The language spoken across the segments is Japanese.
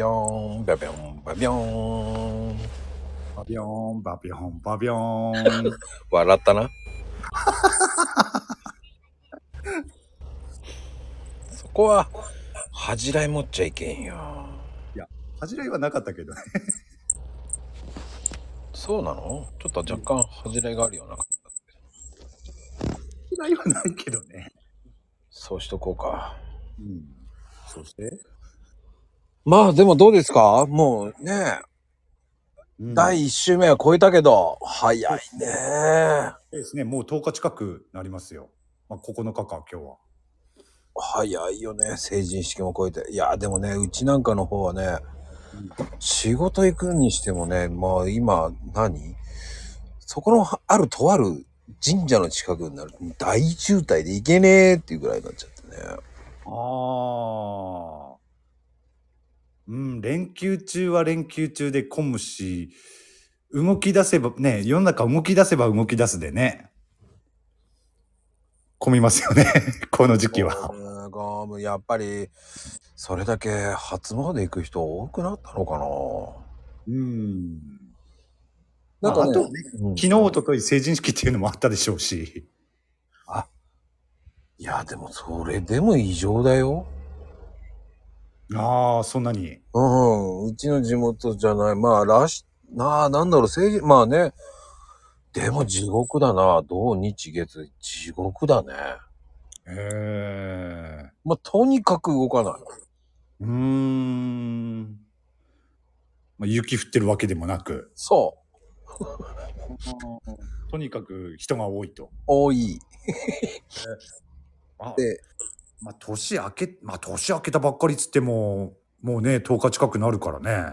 ビョーン、バビョン、バビョーン。バビョーン、バビョーン、バビョー ン。笑ったな。 そこは、恥じらい持っちゃいけんよ。恥じらいはなかったけどね。そうなのちょっと若干恥じらいがあるような感じだけど。恥じらいはないけどね。そうしとこうか。うん。そして、まあでもどうですかもうね、うん第1週目は超えたけど、早いね。そうですね。もう10日近くなりますよ。まあ、9日か、今日は。早いよね。成人式も超えて。いや、でもね、うちなんかの方はね、仕事行くにしてもね、まあ今何そこのあるとある神社の近くになる大渋滞で行けねえっていうぐらいになっちゃってね。ああ。うん、連休中は連休中で混むし、動き出せば、ね、世の中動き出せば動き出すでね。混みますよね。 この時期は。すごいもうやっぱりそれだけ初詣行く人多くなったのかうん。な。なんか、ねあとねうん昨日、おととい成人式っていうのもあったでしょうし。いやでもそれでも異常だよ。ああ、そんなに。うん、うちの地元じゃない。まあ、らし、なあ、なんだろう、政治、まあね。でも地獄だな。土日月、地獄だね。へえ。まあ、とにかく動かない。うーん。まあ、雪降ってるわけでもなく、そとにかく人が多いとう。。多い。あで、まあ、年明け、まあ、年明けたばっかりっつっても、もうね、10日近くなるからね。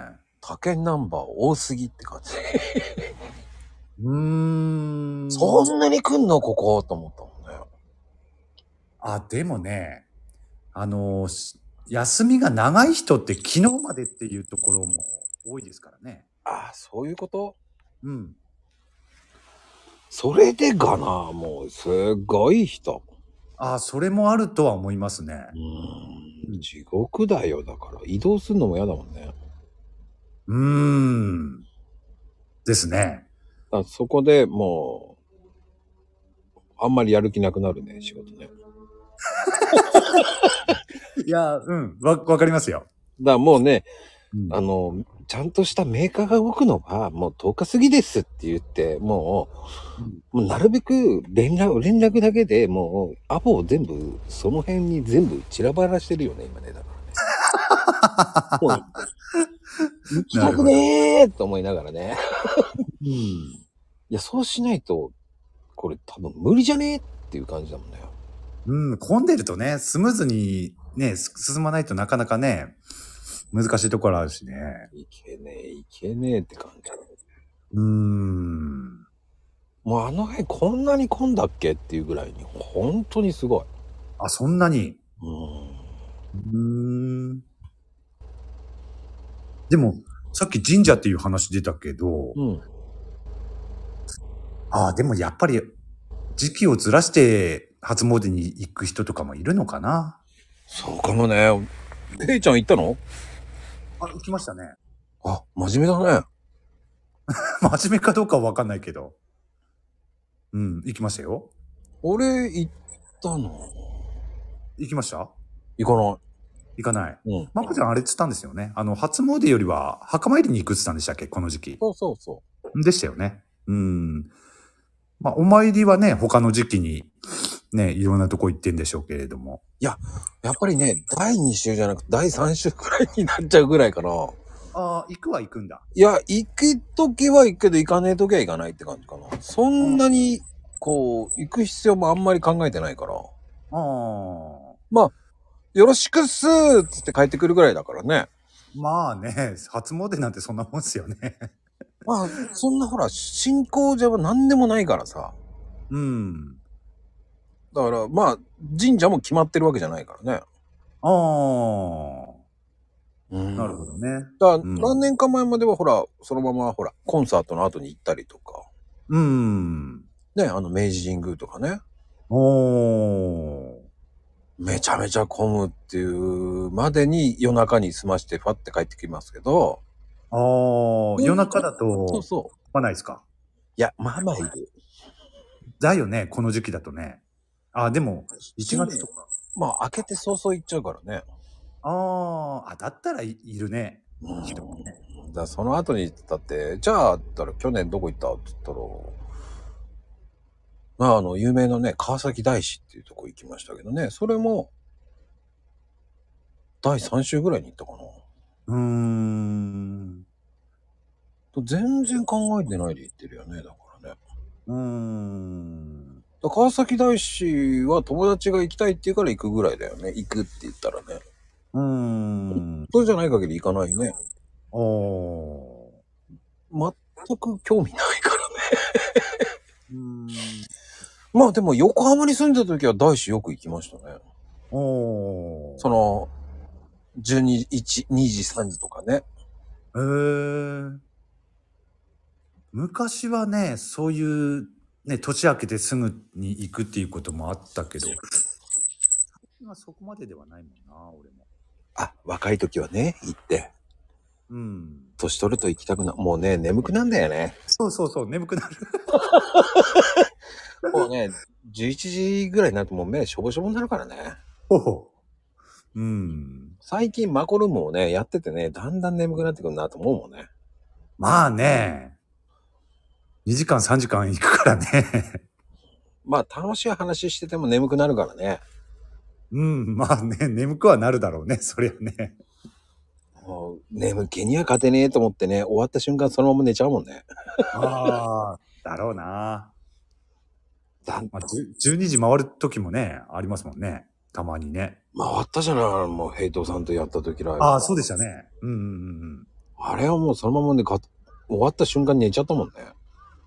他県ナンバー多すぎって感じ。うーん。そんなに来んのここ、と思ったもんね。あ、でもね、あの、し休みが長い人って昨日までっていうところも多いですからね。ああ、そういうことうん。それでかな、もう、すごい人。あ、それもあるとは思いますね。うん、地獄だよ。だから、移動するのも嫌だもんね。うーん。ですね。あそこでもう、あんまりやる気なくなるね、仕事ね。だかいや、うん。わ、わかりますよ。らもうね、うんあの、ちゃんとしたメーカーが動くのは、もう10日過ぎですって言って、もう、もうなるべく連絡、連絡だけでもう、アポを全部、その辺に全部散らばらしてるよね、今ね。だからね。もう、行きたくねーと思いながらね。うん。いや、そうしないと、これ多分無理じゃねーっていう感じだもんね。うん、混んでるとね、スムーズにね、す進まないとなかなかね、難しいところあるしね。いけねえ、いけねえって感じ。うーん。もうあの辺こんなに混んだっけっていうぐらいに、本当にすごい。あ、そんなに。うん。うーん。でも、さっき神社っていう話出たけど、うん。ああ、でもやっぱり、時期をずらして初詣に行く人とかもいるのかなそうかもね。ペイちゃん行ったのあ、行きましたね。あ、真面目だね。真面目かどうかはわかんないけど。うん、行きましたよ。俺行ったの行きました行か行かない。ない。うん。まこちゃんあれっつったんですよね。あの、初詣よりは墓参りに行くっつったんでしたっけこの時期。そうそうそでしたよね。うん。まあ、お参りはね、他の時期に、ね、いろんなとこ行ってんでしょうけれども。う。やっぱりね、第2週じゃなくて第3週くらいになっちゃうぐらいかな。ああ、行くは行くんだ。いや、行くときは行くけど行かねえときは行かないって感じかな。そんなに、こう、行く必要もあんまり考えてないから。ああ。よろしくっすーっつって帰ってくるぐらいだからね。まあね、初詣なんてそんなもんですよね。まあ、そんなほら、信仰じゃ何でもないからさ。うん。だから、まあ、神社も決まってるわけじゃないからね。ああ。うんなるほどね。だから、うん何年か前まではほら、そのままほら、コンサートの後に行ったりとか、うん。ね、あの、明治神宮とかね。おー。めちゃめちゃ混むっていうまでに夜中に済ましてファって帰ってきますけど。ああ、夜中だそうと、そう。まないですかいや、まあまあいる。だよね、この時期だとね。あ、でも、1月とか。まあ開けて早々行っちゃうからね。あーあ、だったらいいるね。うん人もねだからその後にだって、じゃあ、だから去年どこ行ったって言ったら、まあ、あの、有名なね、川崎大師っていうとこ行きましたけどね、それも、第3週ぐらいに行ったかうーん。な。全然考えてないで行ってるよね、だからね。うーん。だ川崎大師は友達が行きたいって言うから行くぐらいだよね。行くって言ったらね。うーん。そうじゃない限り行かないね。おー。全く興味ないからね。うーん。まあでも横浜に住んでた時は大師よく行きましたね。おー。その、12、1、2時、3時とかね。へー。昔はね、そういう、ね、年明けてすぐに行くっていうこともあったけど、今そこまでではないもんな、俺も。あ、若い時はね、行って。うん。年取ると行きたくな、もうね、眠くなんだよね。そうそうそう、眠くなる。もうね、11時ぐらいになるともう目しょぼしょぼになるからね。うん。最近マコルームをね、やっててね、だんだん眠くなってくるなと思うもんね。まあね、2時間3時間行くからね。まあ楽しい話してても眠くなるからね。うん、まあね、眠くはなるだろうね、そりゃね。 もう眠気には勝てねえと思ってね、終わった瞬間そのまま寝ちゃうもんね。ああ、だろうな。だんまあ、じゅ12時回る時もね、ありますもんね。たまにね。回ったじゃない、もうヘイトさんとやった時ら。ああ、そうでしたね。うんうんうんうん。あれはもうそのままでか終わった瞬間に寝ちゃったもんね。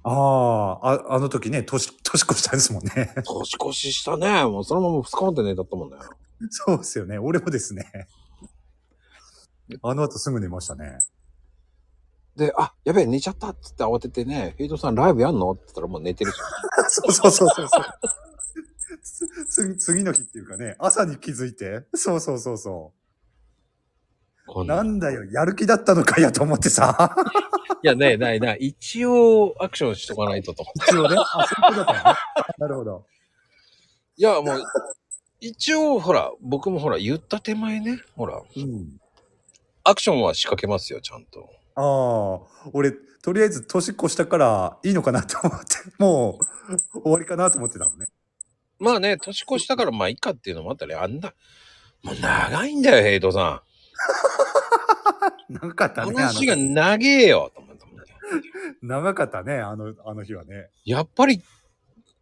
あああ、あの時ね、年、年越したんですもんね。 年越ししたね。もうそのまま二日まで寝たったもんね。そうですよね。俺もですね。あの後すぐ寝ましたね。 で、あ、やべえ、寝ちゃったっつって慌ててね、ヘイトさんライブやんのって言ったらもう寝てるし。そうそうそうそうそう。つつ次の日っていうかね、朝に気づいて、そうそうそうそこう。ん なんだよ、やる気だったのかやと思ってさ。いや、ねえ、ないない。一応アクションしとかないとと。 一応ね、あ、そういうことだったのね。 なるほど。いや、もう、一応、ほら、僕もほら、言った手前ね、ほら、うん。アクションは仕掛けますよ、ちゃんと。ああ、俺、とりあえず年越したからいいのかなと思って、もう終わりかなと思ってたもんね。まあね、年越したからまあいいかっていうのもあったね。あんな、もう長いんだよ、ヘイトさ長かっん。たね、あの話が長えよ、と思ったもんね。長かったね、あの、あの日はね。やっぱり、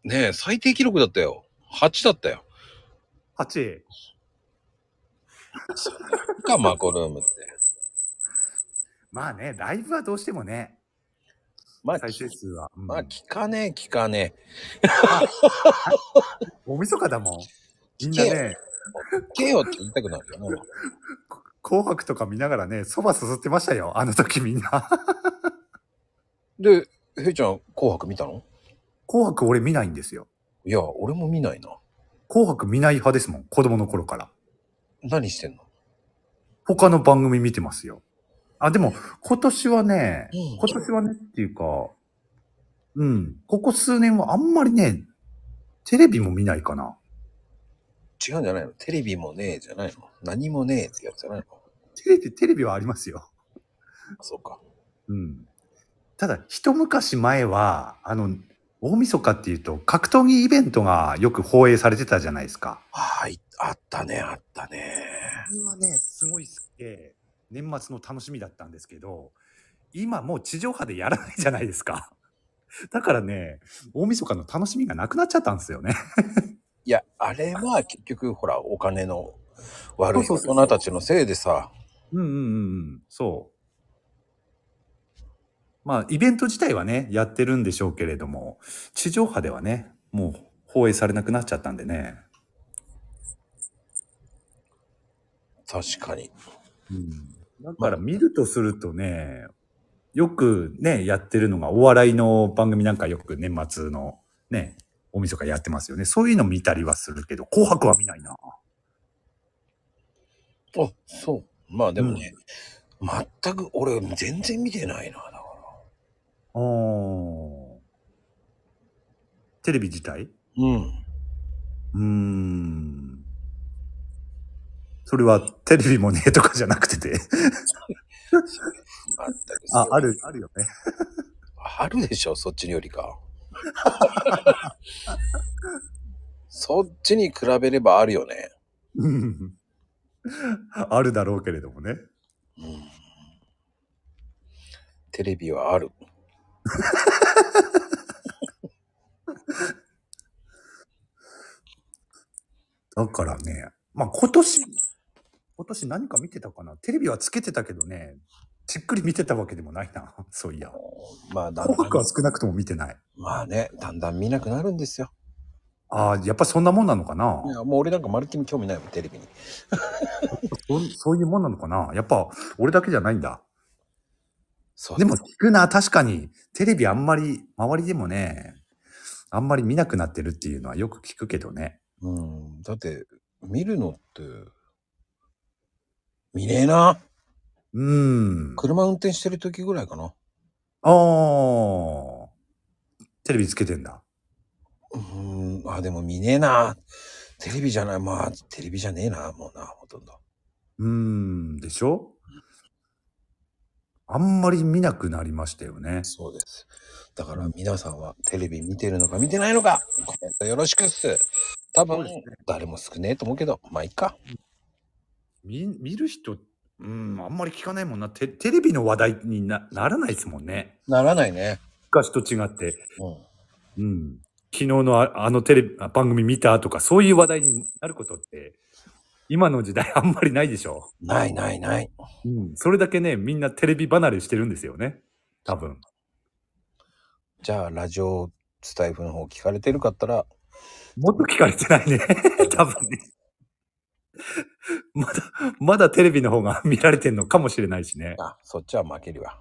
ねえ、最低記録だったよ。8だったよ。 8。か、マコルームって。まあね、ライブはどうしてもね、まあ、再生数は。うんまあ、聞かねえ、聞かね大晦日だもん。みんな聞けえ。ね、聞けよって言いたくなるよね。紅白とか見ながらね、そばすすってましたよ。あの時みんな。 で、ヘイちゃん、紅白見たの紅白俺見ないんですよ。いや、俺も見ないな。紅白見ない派ですもん。子供の頃から。何してんの他の番組見てますよ。あ、でも、今年はね、うん今年はねっていうか、うん、ここ数年はあんまりね、テレビも見ないかな。違うんじゃないのテレビもねえじゃないの何もねえってやつじゃないのテレビ、テレビはありますよ。あそうか。うん。ただ、一昔前は、あの、大晦日っていうと、格闘技イベントがよく放映されてたじゃないですか。はい、あったね、あったね。これはね、すごい好きで、年末の楽しみだったんですけど、今もう地上波でやらないじゃないですか。だからね、大晦日の楽しみがなくなっちゃったんですよね。いや、あれは結局、ほら、お金の悪いそ大うそうそう人たちのせいでさ、うんうんうんうん、そう。まあ、イベント自体はね、やってるんでしょうけれども、地上波ではね、もう放映されなくなっちゃったんでね。確かに。だから見るとするとね、よくね、やってるのがお笑いの番組なんかよく年末のね、おみそかやってますよね。そういうの見たりはするけど、紅白は見ないな。あ、そう。まあでもね、全く俺全然見てないな、だから。おーテレビ自体うん。うーん。それはテレビもねとかじゃなくてて。全くそうあ、ある、あるよね。あるでしょ、そっちよりか。そっちに比べればあるよね。うんあるだろうけれどもね。うん。テレビはある。だからね、まあ今年、今年何か見てたかなテレビはつけてたけどね、じっくり見てたわけでもない な。そういや。まあ、だんだ紅ん白は少なくとも見てない。まあね、だんだん見なくなるんですよ。ああ、やっぱそんなもんなのかないや、もう俺なんかまるっきり興味ないもん、テレビに。そそういうもんなのかなやっぱ俺だけじゃないんだ。そうでも聞くな、確かに。テレビあんまり、周りでもね、あんまり見なくなってるっていうのはよく聞くけどね。うん。だって、見るのって、見ねえな。うーん。車運転してる時ぐらいかな。あー。テレビつけてんだ。うん。あ、でも見ねえな。テレビじゃない。まあ、テレビじゃねえな、もうな、ほとんど。うーん、でしょあんまり見なくなりましたよね。そうです。だから皆さんはテレビ見てるのか見てないのか、コメントよろしくっす。多そう分ですね、誰も少ねえと思うけど、まあいいか。見見る人、うん、あんまり聞かないもんな。テテレビの話題になならないですもんね。ならないね。昔と違って。うん。うん。昨日のああのテレビ、あ番組見たとか、そういう話題になることって、今の時代あんまりないでしょ。ないないない。うん。それだけね、みんなテレビ離れしてるんですよね。多分。じゃあ、ラジオスタイフの方聞かれてるかったら、もっと聞かれてないね。 多分ね。まだ、まだテレビの方が見られてんのかもしれないしね。あ、そっちは負けるわ。